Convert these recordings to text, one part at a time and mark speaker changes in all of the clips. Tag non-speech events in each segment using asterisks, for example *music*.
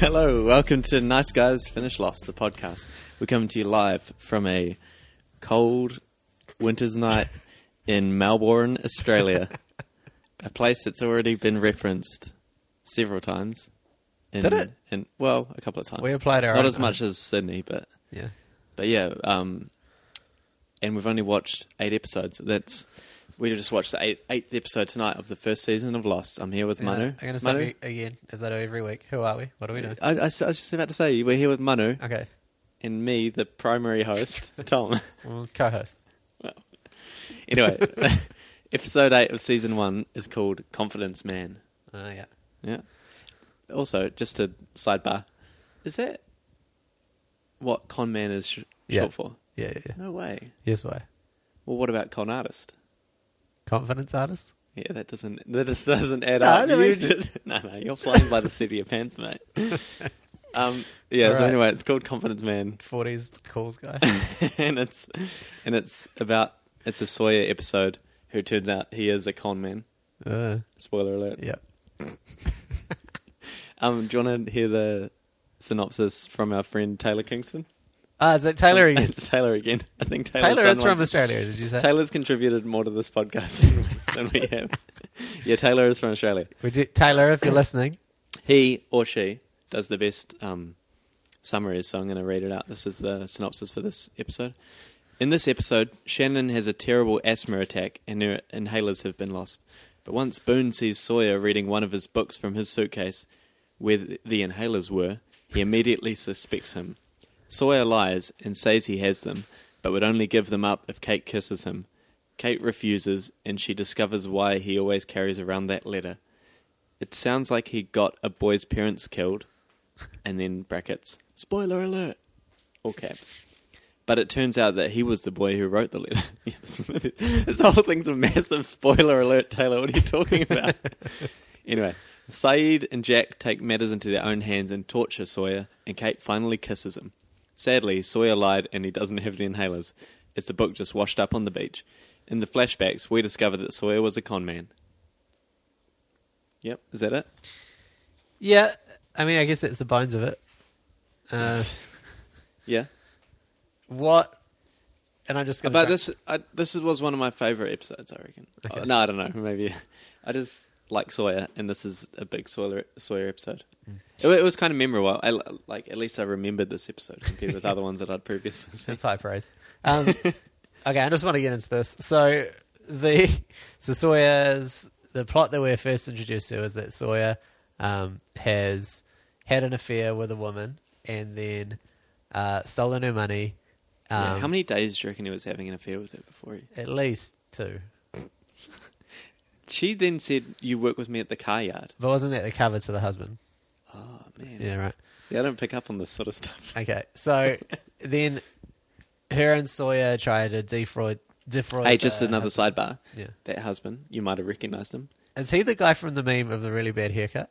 Speaker 1: Hello, welcome to Nice Guys Finish Lost, the podcast. We're coming to you live from a cold winter's night in Melbourne,
Speaker 2: *laughs*
Speaker 1: Australia, a place that's already been referenced several times. In,
Speaker 2: Did it?
Speaker 1: In, well, a couple of times.
Speaker 2: We applied our
Speaker 1: not
Speaker 2: own-
Speaker 1: as much as Sydney, but
Speaker 2: Yeah.
Speaker 1: but yeah. Um, and we've only watched eight episodes. That's we just watched the eight, eighth episode tonight of the first season of Lost. I'm here with
Speaker 2: I'm
Speaker 1: Manu.
Speaker 2: gonna- I'm going to
Speaker 1: Manu?
Speaker 2: say again, as I do every week. Who are we? What do we do?
Speaker 1: I, I s- I was just about to say we're here with Manu.
Speaker 2: Okay.
Speaker 1: and me, the primary host, Tom. *laughs*
Speaker 2: Well, co-host.
Speaker 1: anyway, *laughs* episode eight of season one is called Confidence Man.
Speaker 2: Oh yeah.
Speaker 1: Yeah. Also, just a sidebar, is that what con man is sh-
Speaker 2: Yeah.
Speaker 1: short for?
Speaker 2: Yeah, yeah, yeah.
Speaker 1: No way.
Speaker 2: Here's why.
Speaker 1: Well, what about con artist?
Speaker 2: Confidence artist?
Speaker 1: Yeah, that doesn't *laughs* that just doesn't add
Speaker 2: No,
Speaker 1: up.
Speaker 2: that
Speaker 1: You
Speaker 2: makes sense.
Speaker 1: just- *laughs* no, no, you're flying by the seat of your pants,
Speaker 2: *laughs*
Speaker 1: mate. Um, yeah. So
Speaker 2: Alright.
Speaker 1: anyway, it's called Confidence Man.
Speaker 2: 40s
Speaker 1: *laughs*
Speaker 2: calls guy.
Speaker 1: and it's and it's about it's a Sawyer episode who turns out he is a con man.
Speaker 2: uh,
Speaker 1: Spoiler alert.
Speaker 2: yeah.
Speaker 1: Um, do you want to hear the synopsis from our friend Taylor Kingston?
Speaker 2: Ah, is it Taylor again?
Speaker 1: it's *laughs* Taylor again. I think Taylor's
Speaker 2: Taylor
Speaker 1: done
Speaker 2: is from
Speaker 1: one.
Speaker 2: Australia, did you say?
Speaker 1: Taylor's contributed more to this podcast *laughs* than we have. yeah, Taylor is from Australia.
Speaker 2: We do, Taylor, if you're listening.
Speaker 1: He or she does the best um, summaries, so I'm going to read it out. This is the synopsis for this episode. In this episode, Shannon has a terrible asthma attack and her inhalers have been lost. But once Boone sees Sawyer reading one of his books from his suitcase where th- the inhalers were, he immediately suspects him. Sawyer lies and says he has them, but would only give them up if Kate kisses him. Kate refuses, and she discovers why he always carries around that letter. It sounds like he got a boy's parents killed, and then brackets. Spoiler alert! All caps. But it turns out that he was the boy who wrote the letter. *laughs* Yeah, this, this whole thing's a massive spoiler alert, Taylor. What are you talking about? *laughs* anyway, Saeed and Jack take matters into their own hands and torture Sawyer, and Kate finally kisses him. Sadly, Sawyer lied and he doesn't have the inhalers. It's the book just washed up on the beach. In the flashbacks, we discover that Sawyer was a con man. Yep, is that it?
Speaker 2: Yeah. I mean, I guess that's the bones of it.
Speaker 1: *laughs*
Speaker 2: Uh,
Speaker 1: Yeah.
Speaker 2: what? And I'm just going to.
Speaker 1: But this I, this was one of my favorite episodes, I reckon.
Speaker 2: Okay.
Speaker 1: Oh, no, I don't know. Maybe *laughs* I just like Sawyer, and this is a big Sawyer Sawyer episode.
Speaker 2: Mm.
Speaker 1: It, wa- it was kind of memorable. I, l- like at least I remembered this episode compared with other ones that I'd previously seen.
Speaker 2: That's high praise.
Speaker 1: *laughs*
Speaker 2: Um, okay, I just want to get into this. So the so Sawyer's the plot that we're first introduced to is that Sawyer um, has had an affair with a woman and then uh, stolen her money. Um,
Speaker 1: Yeah, how many days do you reckon he was having an affair with her before? He...
Speaker 2: At least two.
Speaker 1: She then said, "You work with me at the car yard."
Speaker 2: But wasn't that the cover to the husband?
Speaker 1: Oh man,
Speaker 2: Yeah, right.
Speaker 1: See, I don't pick up on this sort of stuff.
Speaker 2: Okay,
Speaker 1: *laughs*
Speaker 2: so then her and Sawyer try to defraud. defraud
Speaker 1: hey,
Speaker 2: the
Speaker 1: just another
Speaker 2: husband.
Speaker 1: sidebar.
Speaker 2: Yeah.
Speaker 1: That husband, you might have recognized him.
Speaker 2: Is he the guy from the meme of the really bad haircut?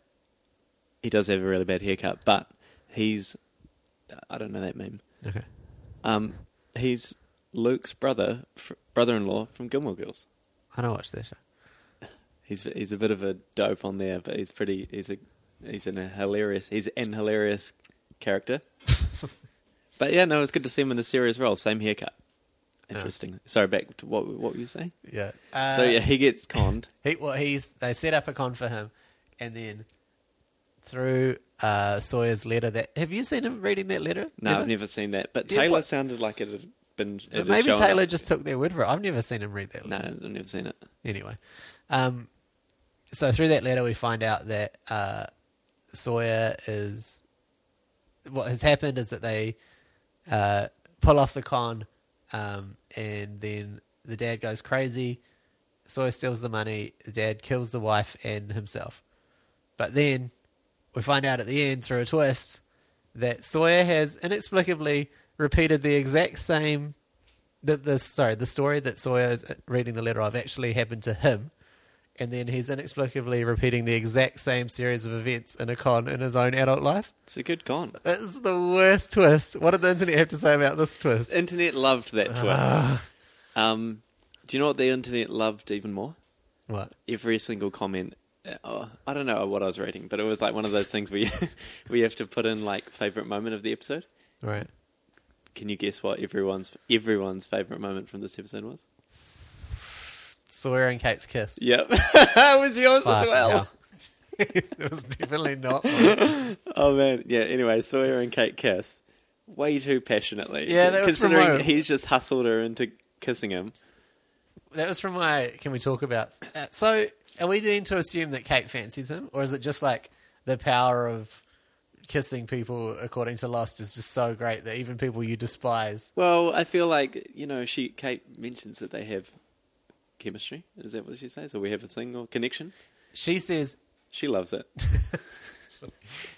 Speaker 1: He does have a really bad haircut, but he's—I don't know that meme.
Speaker 2: Okay.
Speaker 1: Um, he's Luke's brother, fr- brother-in-law from Gilmore Girls.
Speaker 2: I don't watch that show.
Speaker 1: He's he's a bit of a dope on there, but he's pretty. He's a he's in a hilarious. He's an hilarious character. but yeah, no, it's good to see him in a serious role. Same haircut. Interesting. Sorry, back to what what were you saying?
Speaker 2: Yeah. Uh,
Speaker 1: so yeah, he gets
Speaker 2: *laughs*
Speaker 1: conned.
Speaker 2: He well, he's they set up a con for him, and then through uh, Sawyer's letter that have you seen him reading that letter?
Speaker 1: No,
Speaker 2: Ever?
Speaker 1: I've never seen that. But
Speaker 2: Yeah,
Speaker 1: Taylor
Speaker 2: but-
Speaker 1: sounded like it had been. It
Speaker 2: But
Speaker 1: had
Speaker 2: maybe
Speaker 1: shown
Speaker 2: Taylor
Speaker 1: up.
Speaker 2: just took their word for it. I've never seen him read that
Speaker 1: No,
Speaker 2: letter.
Speaker 1: I've never seen it.
Speaker 2: Anyway, um, so through that letter we find out that uh, Sawyer is what has happened is that they uh, pull off the con, um, and then the dad goes crazy. Sawyer steals the money. The dad kills the wife and himself. But then we find out at the end through a twist that Sawyer has inexplicably repeated the exact same that the sorry the story that Sawyer is reading the letter of actually happened to him. And then he's inexplicably repeating the exact same series of events in a con in his own adult life.
Speaker 1: It's a good
Speaker 2: *laughs*
Speaker 1: con.
Speaker 2: That's the worst twist. What did the internet have to say about this twist?
Speaker 1: Internet loved that
Speaker 2: Ah.
Speaker 1: twist. Um, do you know what the internet loved even more?
Speaker 2: What?
Speaker 1: every single comment oh, I don't know what I was reading, but it was like one of those things where *laughs* you, where you have to put in like favorite moment of the episode.
Speaker 2: Right.
Speaker 1: Can you guess what everyone's everyone's favorite moment from this episode was?
Speaker 2: Sawyer and Kate's kiss.
Speaker 1: Yep, *laughs* it was yours as
Speaker 2: Fucking
Speaker 1: well.
Speaker 2: hell. *laughs* it was definitely not. mine.
Speaker 1: Oh man, yeah. Anyway, Sawyer and Kate kiss way too passionately.
Speaker 2: Yeah, that was
Speaker 1: considering
Speaker 2: remote.
Speaker 1: he's just hustled her into kissing him.
Speaker 2: That was from my. Can we talk about? Uh, so, are we going to assume that Kate fancies him, or is it just like the power of kissing people, according to Lost, is just so great that even people you despise?
Speaker 1: Well, I feel like you know she Kate mentions that they have chemistry. Is that what she says? Or we have a thing or connection?
Speaker 2: She says.
Speaker 1: She loves it.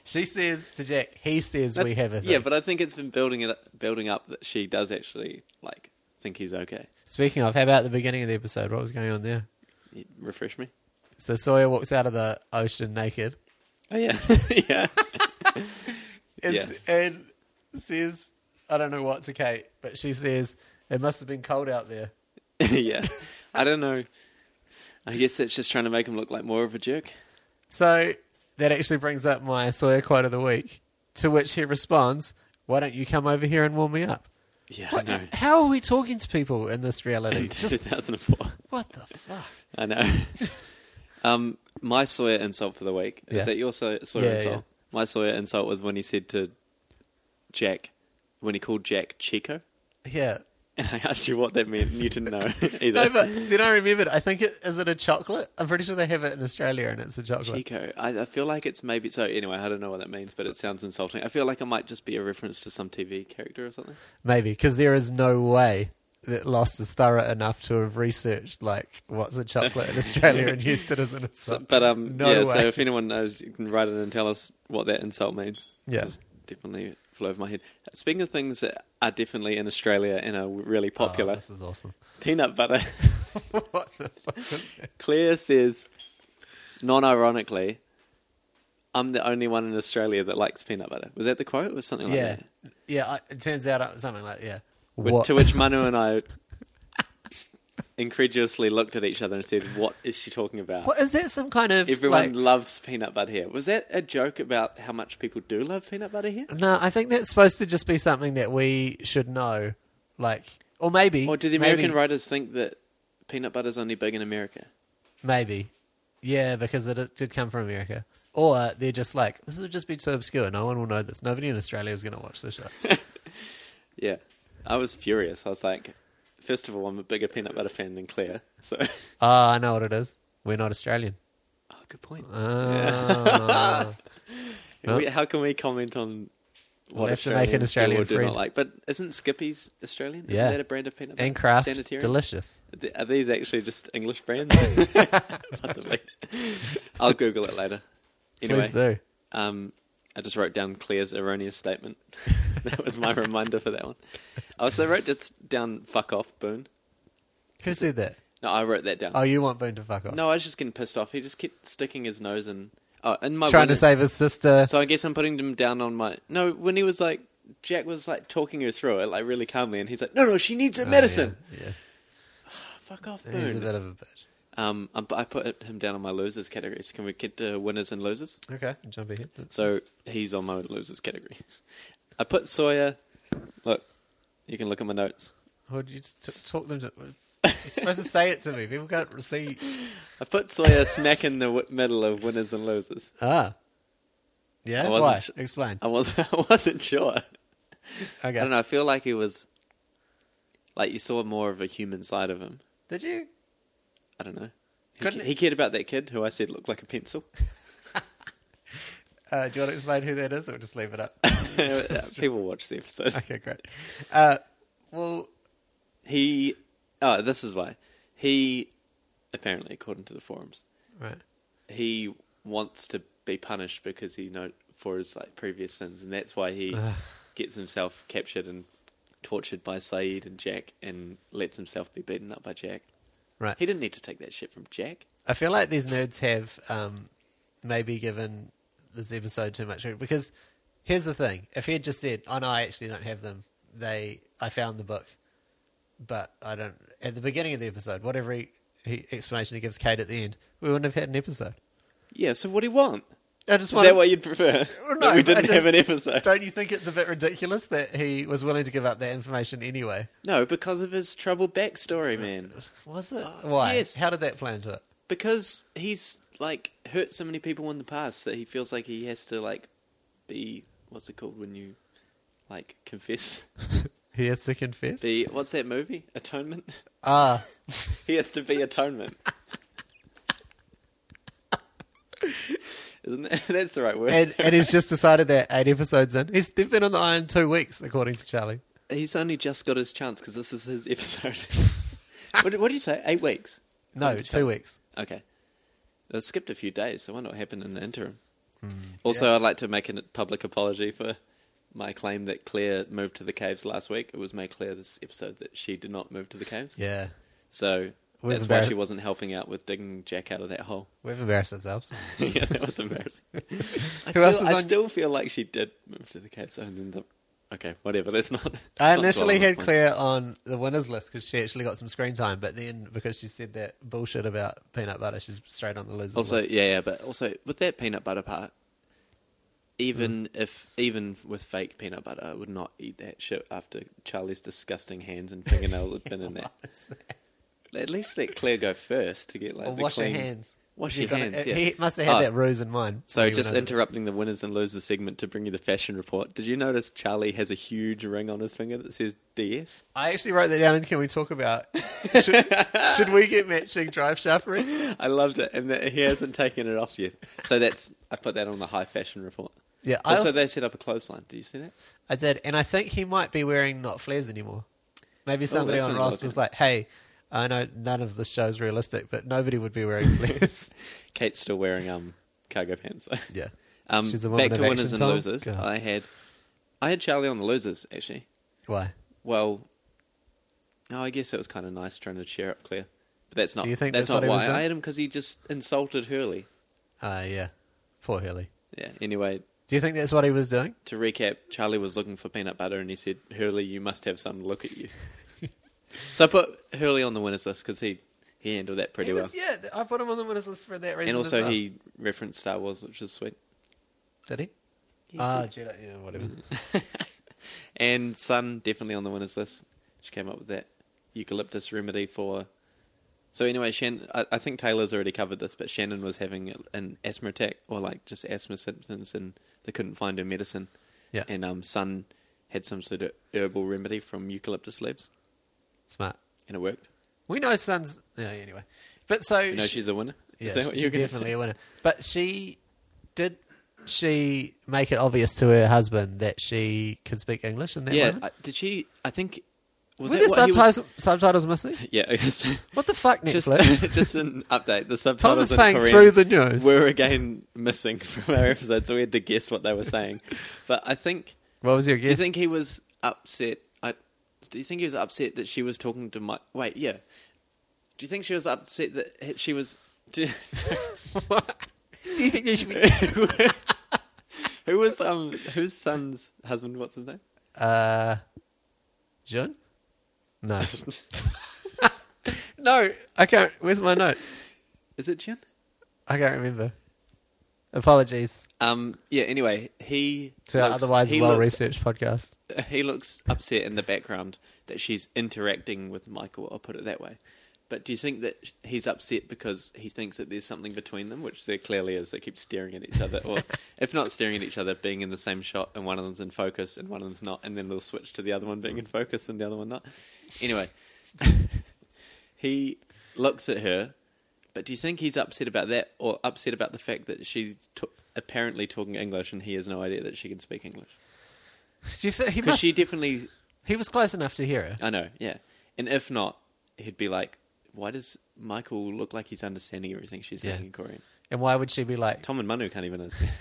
Speaker 2: She says to Jack. He says we have a thing.
Speaker 1: Yeah, but I think it's been building it up, building up that she does actually like think he's okay.
Speaker 2: Speaking of, how about the beginning of the episode? What was going on there?
Speaker 1: You- Refresh me.
Speaker 2: So Sawyer walks out of the ocean naked.
Speaker 1: Oh yeah, *laughs* yeah.
Speaker 2: It's, And says, I don't know what to Kate, but she says, it must have been cold out there.
Speaker 1: yeah. I don't know. I guess that's just trying to make him look like more of a jerk.
Speaker 2: So that actually brings up my Sawyer quote of the week, to which he responds, Why don't you come over here and warm me up?
Speaker 1: Yeah,
Speaker 2: What- *laughs*
Speaker 1: I know.
Speaker 2: How are we talking to people in this
Speaker 1: *laughs*
Speaker 2: reality?
Speaker 1: In
Speaker 2: Just
Speaker 1: 2004.
Speaker 2: what the fuck?
Speaker 1: I know. *laughs* um, my Sawyer insult for the week.
Speaker 2: Yeah.
Speaker 1: Is that your Sawyer, Sawyer
Speaker 2: Yeah,
Speaker 1: insult?
Speaker 2: yeah.
Speaker 1: My Sawyer insult was when he said to Jack, when he called Jack Chico. *laughs*
Speaker 2: Yeah.
Speaker 1: And I asked you what that meant, and you didn't know either.
Speaker 2: *laughs* No, but then I remembered. I think it is it a chocolate. I'm pretty sure they have it in Australia, and it's a chocolate.
Speaker 1: Chico. I, I feel like it's maybe. So, anyway, I don't know what that means, but it sounds insulting. I feel like it might just be a reference to some TV character or something.
Speaker 2: Maybe because there is no way that Lost is thorough enough to have researched like what's a chocolate
Speaker 1: *laughs*
Speaker 2: in Australia and used it as an
Speaker 1: So,
Speaker 2: insult.
Speaker 1: but um,
Speaker 2: no
Speaker 1: yeah.
Speaker 2: way.
Speaker 1: So if anyone knows, you can write in and tell us what that insult means.
Speaker 2: Yeah.
Speaker 1: It's definitely flew over my head. Speaking of things that are definitely in Australia and are really
Speaker 2: Oh,
Speaker 1: popular,
Speaker 2: this is awesome. *laughs*
Speaker 1: peanut butter. *laughs*
Speaker 2: what the fuck is that?
Speaker 1: Claire says, non-ironically, "I'm the only one in Australia that likes peanut butter." Was that the quote? It was something like
Speaker 2: Yeah,
Speaker 1: that.
Speaker 2: yeah. I, it turns out I- something like yeah.
Speaker 1: Which- To which Manu and I s- incredulously looked at each other and said, "What is she talking about?"
Speaker 2: What is that? Some kind of
Speaker 1: Everyone
Speaker 2: like-
Speaker 1: loves peanut butter here. Was that a joke about how much people do love peanut butter here?
Speaker 2: no, I think that's supposed to just be something that we should know, like, or maybe.
Speaker 1: Or do the American
Speaker 2: maybe,
Speaker 1: writers think that peanut butter's only big in America?
Speaker 2: Maybe, yeah, because it, it did come from America. Or they're just like, this would just be so obscure. No one will know this. Nobody in Australia is going to watch this show.
Speaker 1: *laughs* Yeah. I was furious. I was like, first of all, I'm a bigger peanut butter fan than Claire. So, *laughs*
Speaker 2: oh, I know what it is. We're not Australian.
Speaker 1: oh, good point.
Speaker 2: Uh, Ah.
Speaker 1: *laughs* We- how can we comment on what
Speaker 2: We'll have to make
Speaker 1: Australians
Speaker 2: an Australian
Speaker 1: do or do
Speaker 2: friend.
Speaker 1: not like? But isn't Skippy's Australian? Isn't
Speaker 2: Yeah.
Speaker 1: that a brand of peanut butter?
Speaker 2: and craft,
Speaker 1: Sanitarium?
Speaker 2: delicious.
Speaker 1: Th- Are these actually just English
Speaker 2: *laughs*
Speaker 1: brands? Possibly. I'll Google it later. Anyway,
Speaker 2: Please do.
Speaker 1: Um, I just wrote down Claire's erroneous statement. *laughs* that was my reminder for that one. I also wrote just down "fuck off, Boone."
Speaker 2: Who said that?
Speaker 1: No, I wrote that down.
Speaker 2: Oh, you want Boone to fuck off?
Speaker 1: No, I was just getting pissed off. He just kept sticking his nose in. Oh, in my
Speaker 2: Trying
Speaker 1: window.
Speaker 2: to save his sister.
Speaker 1: So I guess I'm putting him down on my. No, when he was like, Jack was like talking her through it, like really calmly, and he's like, "No, no, she needs her
Speaker 2: Oh,
Speaker 1: medicine."
Speaker 2: yeah,
Speaker 1: Fuck off,
Speaker 2: yeah. He's a
Speaker 1: Boone.
Speaker 2: bit of a bitch.
Speaker 1: Um, I'm- I put him down on my losers categories. Can we get to winners and losers?
Speaker 2: Okay, jump ahead.
Speaker 1: So he's on my losers category. *laughs* I put Sawyer. Look, you can look at my notes.
Speaker 2: Or you just t- talk them to? You're supposed to say it to me. People can't see.
Speaker 1: I put
Speaker 2: *laughs*
Speaker 1: Sawyer smack in the w- middle of winners and losers.
Speaker 2: Ah,
Speaker 1: I
Speaker 2: yeah.
Speaker 1: wasn't
Speaker 2: Why?
Speaker 1: sh-
Speaker 2: Explain.
Speaker 1: I was *laughs* I wasn't sure. I
Speaker 2: Okay.
Speaker 1: don't know. I feel like he was like you saw more of a human side of him.
Speaker 2: Did you?
Speaker 1: I don't know. He,
Speaker 2: Couldn't
Speaker 1: ca-
Speaker 2: it-
Speaker 1: he cared about that kid who I said looked like a
Speaker 2: *laughs*
Speaker 1: pencil. *laughs*
Speaker 2: Uh, do you want to explain who that is, or just leave
Speaker 1: *laughs*
Speaker 2: it up? *laughs*
Speaker 1: People watch the episode.
Speaker 2: okay, great. Uh, well,
Speaker 1: He oh, this is why he apparently, according to the forums,
Speaker 2: right.
Speaker 1: he wants to be punished because he know for his like previous sins, and that's why he
Speaker 2: Ugh.
Speaker 1: gets himself captured and tortured by Saeed and Jack, and lets himself be beaten up by Jack.
Speaker 2: Right.
Speaker 1: He didn't need to take that shit from Jack.
Speaker 2: I feel like these nerds have um, maybe given this episode too much because here's the thing: if he had just said, "Oh no, I actually don't have them," they I found the book, but I don't. At the beginning of the episode, whatever he, he, explanation he gives Kate at the end, we wouldn't have had an episode.
Speaker 1: Yeah, so what do you want?
Speaker 2: I just
Speaker 1: Is
Speaker 2: wanted-
Speaker 1: that what you'd prefer? that
Speaker 2: Well, *laughs* no,
Speaker 1: we didn't
Speaker 2: I
Speaker 1: have
Speaker 2: just-
Speaker 1: an episode.
Speaker 2: Don't you think it's a bit ridiculous that he was willing to give up that information anyway?
Speaker 1: No, because of his troubled backstory,
Speaker 2: Uh,
Speaker 1: man.
Speaker 2: Was it? Why?
Speaker 1: Uh, yes.
Speaker 2: How did that play into it?
Speaker 1: Because he's like hurt so many people in the past that he feels like he has to like be what's it called when you like confess?
Speaker 2: He has to confess.
Speaker 1: Be what's that movie? Atonement. *laughs*
Speaker 2: Ah, *laughs*
Speaker 1: He has to be atonement. Isn't that, *laughs* that's the right word?
Speaker 2: and, and he's just decided that eight episodes in. He's they've been on the iron two weeks, according to Charlie.
Speaker 1: He's only just got his chance because this is his episode. what, did, what did you say? Eight weeks?
Speaker 2: No,
Speaker 1: According to
Speaker 2: two
Speaker 1: Charlie.
Speaker 2: weeks.
Speaker 1: Okay. I skipped a few days, so I wonder what happened in the interim.
Speaker 2: Hmm.
Speaker 1: also, I'd like to make a public apology for my claim that Claire moved to the caves last week. It was made clear this episode that she did not move to the caves.
Speaker 2: Yeah,
Speaker 1: So
Speaker 2: We've
Speaker 1: that's why
Speaker 2: embarrassed-
Speaker 1: she wasn't helping out with digging Jack out of that hole. *laughs*
Speaker 2: we've embarrassed ourselves.
Speaker 1: yeah, that was embarrassing. I,
Speaker 2: *laughs* Who else
Speaker 1: feel- I
Speaker 2: is on-
Speaker 1: still feel like she did move to the caves. Oh, And then the... Okay, whatever. That's not. let's
Speaker 2: I
Speaker 1: not
Speaker 2: initially
Speaker 1: dwell on
Speaker 2: had
Speaker 1: that
Speaker 2: Claire on the winners list because she actually got some screen time, but then because she said that bullshit about peanut butter, she's straight on the losers
Speaker 1: Also,
Speaker 2: list.
Speaker 1: yeah, yeah, but also with that peanut butter part, even
Speaker 2: Mm-hmm.
Speaker 1: if even with fake peanut butter, I would not eat that shit after Charlie's disgusting hands and fingernails had been
Speaker 2: *laughs*
Speaker 1: in that. At least let Claire go first to get like
Speaker 2: Or
Speaker 1: the
Speaker 2: wash
Speaker 1: clean-
Speaker 2: your hands.
Speaker 1: Wash
Speaker 2: You're
Speaker 1: your
Speaker 2: gonna-
Speaker 1: hands.
Speaker 2: he-
Speaker 1: Yeah.
Speaker 2: He must have had
Speaker 1: Oh,
Speaker 2: that ruse in mind.
Speaker 1: So
Speaker 2: when he
Speaker 1: just
Speaker 2: went over.
Speaker 1: interrupting the winners and losers segment to bring you the fashion report. Did you notice Charlie has a huge ring on his finger that says DS?
Speaker 2: I actually wrote that down. And can we talk
Speaker 1: *laughs*
Speaker 2: about? Should, should we get matching drive shaft rings?
Speaker 1: I loved it, and that he hasn't *laughs* taken it off yet. So that's I put that on the high fashion report.
Speaker 2: Yeah, I,
Speaker 1: Also,
Speaker 2: also,
Speaker 1: they set up a clothesline. Did you see that?
Speaker 2: I did, and I think he might be wearing not flares anymore. Maybe somebody
Speaker 1: that's
Speaker 2: on
Speaker 1: something
Speaker 2: Ross
Speaker 1: looking.
Speaker 2: was like, "Hey, I know none of the show's realistic, but nobody would be *laughs* wearing flares."
Speaker 1: Kate's still wearing um cargo pants. though.
Speaker 2: yeah,
Speaker 1: Um,
Speaker 2: She's a woman
Speaker 1: back to
Speaker 2: of
Speaker 1: winners and
Speaker 2: action, Tom.
Speaker 1: losers.
Speaker 2: Go.
Speaker 1: I had, I had Charlie on the losers actually.
Speaker 2: why?
Speaker 1: Well, no, I guess it was kind of nice trying to cheer up Claire, but that's not.
Speaker 2: Do you think
Speaker 1: that's,
Speaker 2: that's what
Speaker 1: not
Speaker 2: he was
Speaker 1: why
Speaker 2: doing?
Speaker 1: I had him because he just insulted Hurley.
Speaker 2: Uh, yeah, poor Hurley.
Speaker 1: Yeah. Anyway,
Speaker 2: Do you think that's what he was doing?
Speaker 1: to recap, Charlie was looking for peanut butter, and he said, "Hurley, you must have some look
Speaker 2: *laughs*
Speaker 1: at you." so I put Hurley on the winners list because he he handled that pretty
Speaker 2: He
Speaker 1: well,
Speaker 2: was- yeah, th- I put him on the winners list for that reason.
Speaker 1: and
Speaker 2: as
Speaker 1: also
Speaker 2: well.
Speaker 1: he referenced Star Wars, which is sweet.
Speaker 2: did he.
Speaker 1: Yes,
Speaker 2: Ah,
Speaker 1: he-
Speaker 2: Jedi, yeah, whatever.
Speaker 1: Mm. *laughs* And Sun definitely on the winners list. She came up with that eucalyptus remedy for. So anyway, Shannon. I, I think Taylor's already covered this, but Shannon was having an asthma attack or like just asthma symptoms, and they couldn't find her medicine.
Speaker 2: Yeah.
Speaker 1: And um, Sun had some sort of herbal remedy from eucalyptus leaves,
Speaker 2: Smart.
Speaker 1: and it worked.
Speaker 2: We know Sun's. Yeah, anyway. But so
Speaker 1: You know,
Speaker 2: she-
Speaker 1: she's a winner.
Speaker 2: Yeah,
Speaker 1: Is that what
Speaker 2: she's
Speaker 1: you're gonna
Speaker 2: definitely a winner. But she did she make it obvious to her husband that she could speak English in that
Speaker 1: say? Yeah.
Speaker 2: moment?
Speaker 1: I, did she? I think. Was that
Speaker 2: Were there
Speaker 1: what he was-
Speaker 2: subtitles, subtitles missing?
Speaker 1: Yeah. *laughs* I guess-
Speaker 2: What the fuck,
Speaker 1: just, *laughs*
Speaker 2: Netflix? *laughs*
Speaker 1: just an update. The
Speaker 2: Tom
Speaker 1: subtitles
Speaker 2: is
Speaker 1: in
Speaker 2: paying
Speaker 1: Korean
Speaker 2: through the news.
Speaker 1: were again missing *laughs* from our episode, so we had to guess what they were saying. But I think,
Speaker 2: what was your
Speaker 1: do you
Speaker 2: guess?
Speaker 1: think he was upset? I, do you think he was upset that she was talking to my? Wait, yeah. Do you think she was upset that he- she was? *laughs* do-
Speaker 2: Do *laughs* you think they should
Speaker 1: *laughs*
Speaker 2: be?
Speaker 1: who was um whose son's husband? What's his name?
Speaker 2: Uh, Jun? No. *laughs* no, I can't. Where's my notes?
Speaker 1: Is it Jin?
Speaker 2: I can't remember. Apologies
Speaker 1: Um. Yeah. Anyway, he
Speaker 2: to our
Speaker 1: looks-
Speaker 2: otherwise
Speaker 1: he
Speaker 2: well
Speaker 1: looks
Speaker 2: researched podcast.
Speaker 1: *laughs* he looks upset in the background that she's interacting with Michael. I'll put it that way. But do you think that sh- he's upset because he thinks that there's something between them, which there clearly is? They keep staring at each other,
Speaker 2: *laughs*
Speaker 1: or if not staring at each other, being in the same shot, and one of them's in focus and one of them's not, and then they'll switch to the other one being in focus and the other one not. Anyway, *laughs* he looks at her, but do you think he's upset about that, or upset about the fact that she's t- apparently talking English and he has no idea that she can speak English?
Speaker 2: Do you think he,
Speaker 1: Because
Speaker 2: must,
Speaker 1: she definitely
Speaker 2: he was close enough to hear her.
Speaker 1: I know, yeah. And if not, he'd be like, why does Michael look like he's understanding everything she's saying
Speaker 2: Yeah.
Speaker 1: in Korean?
Speaker 2: And why would she be like,
Speaker 1: Tom and Manu can't even
Speaker 2: *laughs*
Speaker 1: understand.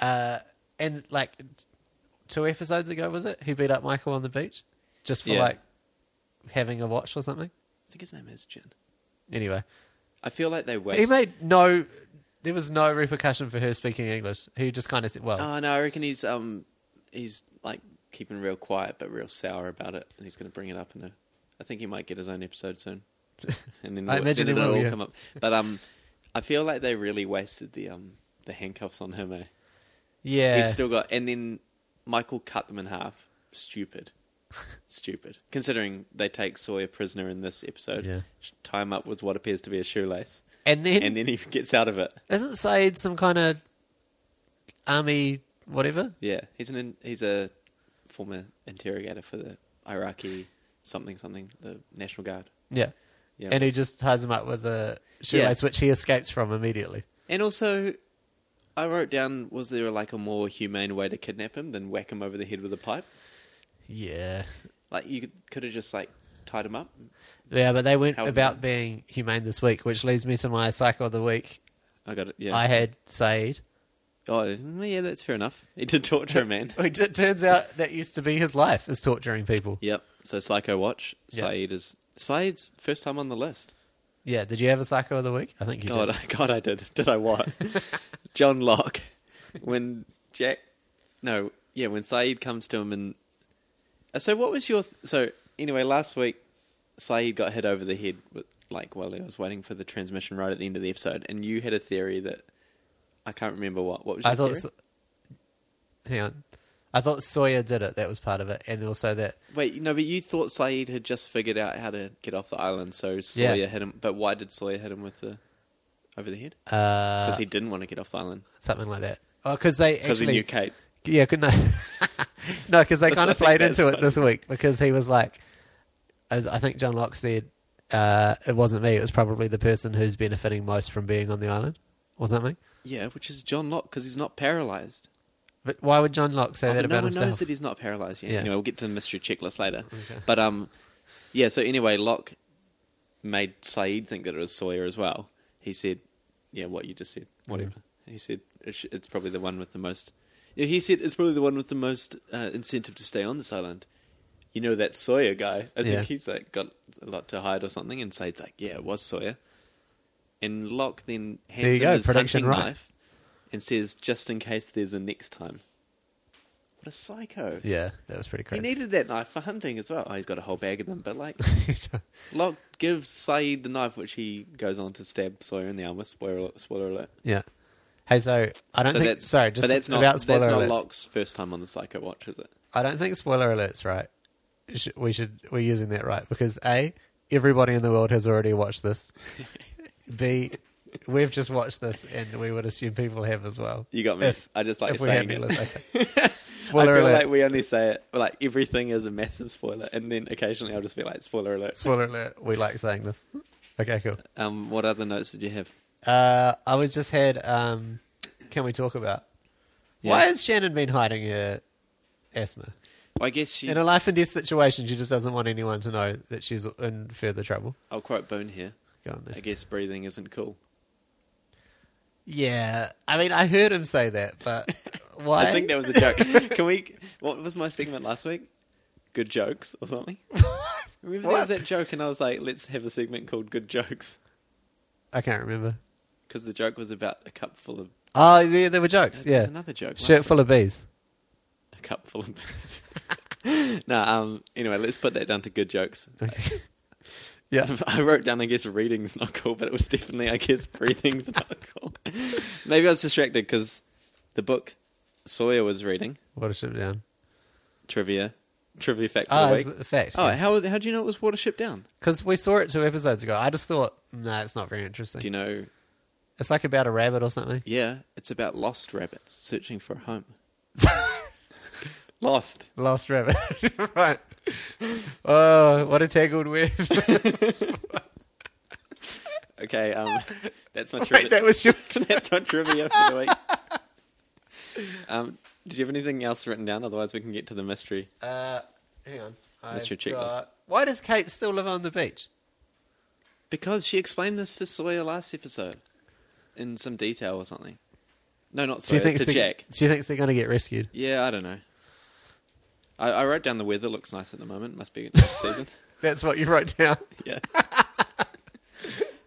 Speaker 2: uh, and like two episodes ago, was it? Who beat up Michael on the beach just for
Speaker 1: Yeah.
Speaker 2: like having a watch or something?
Speaker 1: I think his name is Jin.
Speaker 2: Anyway,
Speaker 1: I feel like they waste.
Speaker 2: he made no, there was no repercussion for her speaking English. He just kind of said, well,
Speaker 1: Oh no, I reckon he's um he's like keeping real quiet but real sour about it, and he's going to bring it up in a.
Speaker 2: *laughs*
Speaker 1: I think he might get his own episode soon, and then,
Speaker 2: I
Speaker 1: it'll-
Speaker 2: imagine
Speaker 1: then
Speaker 2: he
Speaker 1: it'll
Speaker 2: will,
Speaker 1: all
Speaker 2: yeah.
Speaker 1: come up. But um, I feel like they really wasted the um the handcuffs on him. Eh?
Speaker 2: Yeah.
Speaker 1: He's still got, and then Michael cut them in half.
Speaker 2: *laughs*
Speaker 1: Stupid, stupid. Considering they take Sawyer prisoner in this episode,
Speaker 2: Yeah.
Speaker 1: tie him up with what appears to be a shoelace,
Speaker 2: and then
Speaker 1: and then he *laughs* gets out of it.
Speaker 2: isn't Said some kind of army whatever?
Speaker 1: Yeah, he's an in, he's a former interrogator for the Iraqi something something the National Guard.
Speaker 2: Yeah.
Speaker 1: Yeah,
Speaker 2: And he just ties him up with a shoelace, which he escapes from immediately.
Speaker 1: And also, I wrote down: was there like a more humane way to kidnap him than whack him over the head with a pipe?
Speaker 2: Yeah.
Speaker 1: Like you could have just like tied him up.
Speaker 2: Yeah, but they went
Speaker 1: How-
Speaker 2: about being humane this week, which leads me to my cycle of the week.
Speaker 1: I got it. Yeah.
Speaker 2: I had Said.
Speaker 1: oh, well, yeah. That's fair enough. He did torture a man.
Speaker 2: Which it turns out that used to be his life, is torturing people.
Speaker 1: *laughs* yep. So Psycho Watch.
Speaker 2: Yeah.
Speaker 1: Saeed is Saeed's first time on the list.
Speaker 2: Yeah, did you have a cycle of the week? I think you
Speaker 1: God, *laughs*
Speaker 2: did.
Speaker 1: God, I did. Did I *laughs* what? John Locke. When Jack, no, yeah, when Saeed comes to him and Uh, so what was your th- so anyway? Last week, Saeed got hit over the head with like while he was waiting for the transmission right at the end of the episode, and you had a theory that I can't remember what. What was your
Speaker 2: I thought.
Speaker 1: theory?
Speaker 2: So- hang on. I thought Sawyer did it. That was part of it, and also that
Speaker 1: Wait, no, but you thought Saeed had just figured out how to get off the island, so Sawyer hit him. But why did Sawyer hit him with the over the head?
Speaker 2: uh,
Speaker 1: Because he didn't want to get off the island
Speaker 2: something like that. Oh, because they
Speaker 1: because he
Speaker 2: actually
Speaker 1: knew Kate.
Speaker 2: *laughs* Yeah, good night. no, because they
Speaker 1: That's- I
Speaker 2: kind of
Speaker 1: think
Speaker 2: played
Speaker 1: that's
Speaker 2: into it this week because he was like, as I think John Locke said, uh, it wasn't me. It was probably the person who's benefiting most from being on the island or something.
Speaker 1: Yeah, which is John Locke because he's not paralyzed.
Speaker 2: But why would John Locke say
Speaker 1: Oh,
Speaker 2: that
Speaker 1: no
Speaker 2: about
Speaker 1: one knows
Speaker 2: himself?
Speaker 1: that he's not paralyzed yet.
Speaker 2: Yeah.
Speaker 1: Anyway, we'll get to the mystery checklist later. But um, yeah. So anyway, Locke made Saeed think that it was Sawyer as well. He said, "Yeah, what you just said, whatever." He said, "It's it's probably the one with the most." Yeah, he said it's probably the one with the most uh, incentive to stay on this island. You know that Sawyer guy. I think
Speaker 2: Yeah.
Speaker 1: he's like got a lot to hide or something. And Saeed's like, "Yeah, it was Sawyer." And Locke then hands
Speaker 2: There you
Speaker 1: him
Speaker 2: go,
Speaker 1: his
Speaker 2: prediction
Speaker 1: hunting
Speaker 2: right.
Speaker 1: knife and says, "Just in case there's a next time." What a psycho!
Speaker 2: Yeah, that was pretty
Speaker 1: He
Speaker 2: crazy.
Speaker 1: needed that knife for hunting as well. Oh, he's got a whole bag of them, but
Speaker 2: *laughs*
Speaker 1: like Locke gives Saeed the knife, which he goes on to stab Sawyer in the arm with. Spoiler alert! Spoiler alert!
Speaker 2: yeah. Hey, so I don't
Speaker 1: So
Speaker 2: think.
Speaker 1: that's-
Speaker 2: Sorry, just
Speaker 1: but that's not,
Speaker 2: about spoiler
Speaker 1: that's not
Speaker 2: alerts.
Speaker 1: Locke's first time on the Psycho Watch, is it?
Speaker 2: I don't think spoiler alerts right. Sh- We should we're using that right because a everybody in the world has already
Speaker 1: *laughs*
Speaker 2: watched this. B we've just watched this and we would assume people have as well.
Speaker 1: You got me.
Speaker 2: If-
Speaker 1: I just like
Speaker 2: if we
Speaker 1: saying
Speaker 2: hadn't,
Speaker 1: it.
Speaker 2: let's- okay.
Speaker 1: *laughs* I
Speaker 2: spoiler
Speaker 1: feel
Speaker 2: alert.
Speaker 1: like we only say it like everything is a massive spoiler, and then occasionally I'll just be like spoiler alert.
Speaker 2: Spoiler alert. We like saying this. Okay, cool.
Speaker 1: Um, what other notes did you have?
Speaker 2: Uh, I was just had. Um, can we talk about
Speaker 1: Yeah.
Speaker 2: why has Shannon been hiding her asthma
Speaker 1: I guess she,
Speaker 2: in a life and death situation? She just doesn't want anyone to know that she's in further trouble.
Speaker 1: I'll quote Boone here.
Speaker 2: Go on,
Speaker 1: I guess breathing isn't cool.
Speaker 2: Yeah, I mean, I heard him say that, *laughs* but why?
Speaker 1: I think that was a
Speaker 2: *laughs*
Speaker 1: joke. *laughs* Can we? What was my segment last week? Good jokes or something? Remember there was
Speaker 2: What?
Speaker 1: that joke, and I was like, let's have a segment called Good Jokes
Speaker 2: I can't remember.
Speaker 1: because the joke was about a cup full of.
Speaker 2: Oh, there, there were jokes.
Speaker 1: There was
Speaker 2: Yeah,
Speaker 1: another joke.
Speaker 2: shirt
Speaker 1: last
Speaker 2: full
Speaker 1: week.
Speaker 2: of bees.
Speaker 1: a cup full of. *laughs* no, um. Anyway, let's put that down to good jokes.
Speaker 2: *laughs* Okay. yeah,
Speaker 1: *laughs* I wrote down, I guess, reading's not cool, but it was definitely, I guess, breathing's *laughs* not cool. Maybe I was distracted because the book Sawyer was reading,
Speaker 2: watership down.
Speaker 1: Trivia, Trivia Fact of
Speaker 2: Oh,
Speaker 1: the
Speaker 2: it's
Speaker 1: Week.
Speaker 2: a fact.
Speaker 1: Oh, how, how do you know it was Watership Down?
Speaker 2: because we saw it two episodes ago. I just thought, nah, it's not very interesting.
Speaker 1: Do you know?
Speaker 2: It's like about a rabbit or something. *laughs*
Speaker 1: Yeah, it's about lost rabbits searching for a home. Lost.
Speaker 2: Lost rabbit, *laughs* right? Oh, what a tangled web! *laughs*
Speaker 1: Okay, um, *laughs* that's my trivia. *laughs*
Speaker 2: Wait, that was your.
Speaker 1: that's my trivia for the week.
Speaker 2: *laughs*
Speaker 1: Um, did you have anything else written down? Otherwise, we can get to the mystery.
Speaker 2: Uh, hang on.
Speaker 1: That's your
Speaker 2: I've
Speaker 1: checklist.
Speaker 2: got- Why does Kate still live on the beach?
Speaker 1: Because she explained this to Sawyer last episode in some detail or something. No, not
Speaker 2: She
Speaker 1: Sawyer,
Speaker 2: thinks
Speaker 1: to
Speaker 2: they-
Speaker 1: Jack.
Speaker 2: She thinks they're going to get rescued.
Speaker 1: Yeah, I don't know. I, I wrote down the weather looks nice at the moment. Must be a nice
Speaker 2: *laughs*
Speaker 1: season.
Speaker 2: That's what you wrote down.
Speaker 1: Yeah.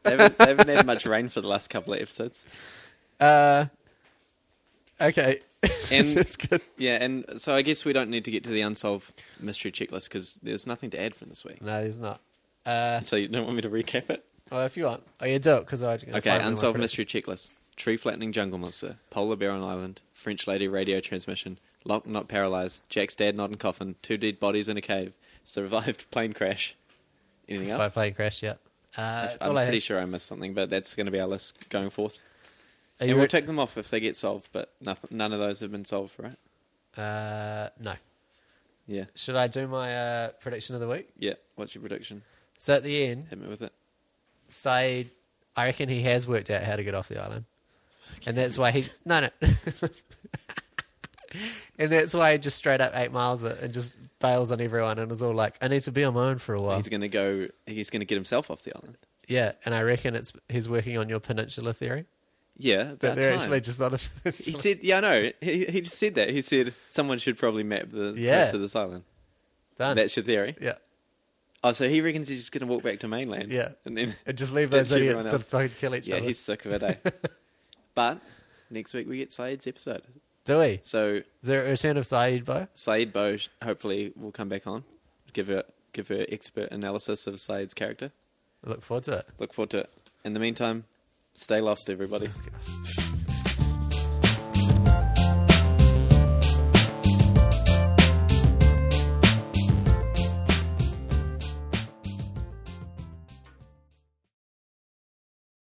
Speaker 1: they, haven't, they haven't had much rain for the last couple of episodes.
Speaker 2: Uh, okay. *laughs*
Speaker 1: And-
Speaker 2: that's good.
Speaker 1: Yeah, and so I guess we don't need to get to the unsolved mystery checklist because there's nothing to add from this week.
Speaker 2: No, there's not. Uh,
Speaker 1: So you don't want me to recap it?
Speaker 2: Oh, if you want. Oh, yeah, do it because I'm going to
Speaker 1: Okay, unsolved mystery checklist: tree flattening jungle monster, polar bear on island, French lady radio transmission, Locke not paralyzed, Jack's dad not in coffin, two dead bodies in a cave, survived *laughs* plane crash. Anything
Speaker 2: That's
Speaker 1: else?
Speaker 2: why I played Crash, yeah. Uh, that's
Speaker 1: I'm
Speaker 2: all I
Speaker 1: pretty
Speaker 2: had.
Speaker 1: sure I missed something, but that's going to be our list going forth.
Speaker 2: Are
Speaker 1: And
Speaker 2: you
Speaker 1: we'll
Speaker 2: re-
Speaker 1: take them off if they get solved, but nothing, none of those have been solved, right?
Speaker 2: uh, no.
Speaker 1: Yeah.
Speaker 2: Should I do my uh, prediction of the week?
Speaker 1: Yeah. What's your prediction?
Speaker 2: So at the end,
Speaker 1: Hit me with it.
Speaker 2: Said, I reckon he has worked out how to get off the island, and that's why he's no, no, *laughs* and that's why he just straight up eight miles it and just bails on everyone and is all like, I need to be on my own for a while.
Speaker 1: He's going to go. He's going to get himself off the island.
Speaker 2: Yeah, and I reckon it's he's working on your peninsula theory,
Speaker 1: Yeah,
Speaker 2: but
Speaker 1: about
Speaker 2: they're
Speaker 1: time.
Speaker 2: actually just on a
Speaker 1: He
Speaker 2: peninsula.
Speaker 1: said, "Yeah, I know." He, he just said that. He said someone should probably map the
Speaker 2: Yeah.
Speaker 1: rest of this island.
Speaker 2: *laughs* Done.
Speaker 1: That's your theory.
Speaker 2: yeah,
Speaker 1: Oh, so he reckons he's just going to walk back to mainland.
Speaker 2: Yeah.
Speaker 1: and then
Speaker 2: and just leave
Speaker 1: Ditch
Speaker 2: those idiots
Speaker 1: everyone
Speaker 2: to
Speaker 1: else.
Speaker 2: fucking kill
Speaker 1: *laughs*
Speaker 2: each
Speaker 1: yeah,
Speaker 2: other.
Speaker 1: he's sick of it.
Speaker 2: *laughs*
Speaker 1: Eh? but next week we get Saeed's episode,
Speaker 2: Do we?
Speaker 1: so
Speaker 2: Is there a return of Saeed, Bo?
Speaker 1: Saeed Bo sh- hopefully will come back on, give her give her expert analysis of Saeed's character.
Speaker 2: I look forward to it.
Speaker 1: Look forward to it. In the meantime, stay lost, everybody.
Speaker 2: Gosh.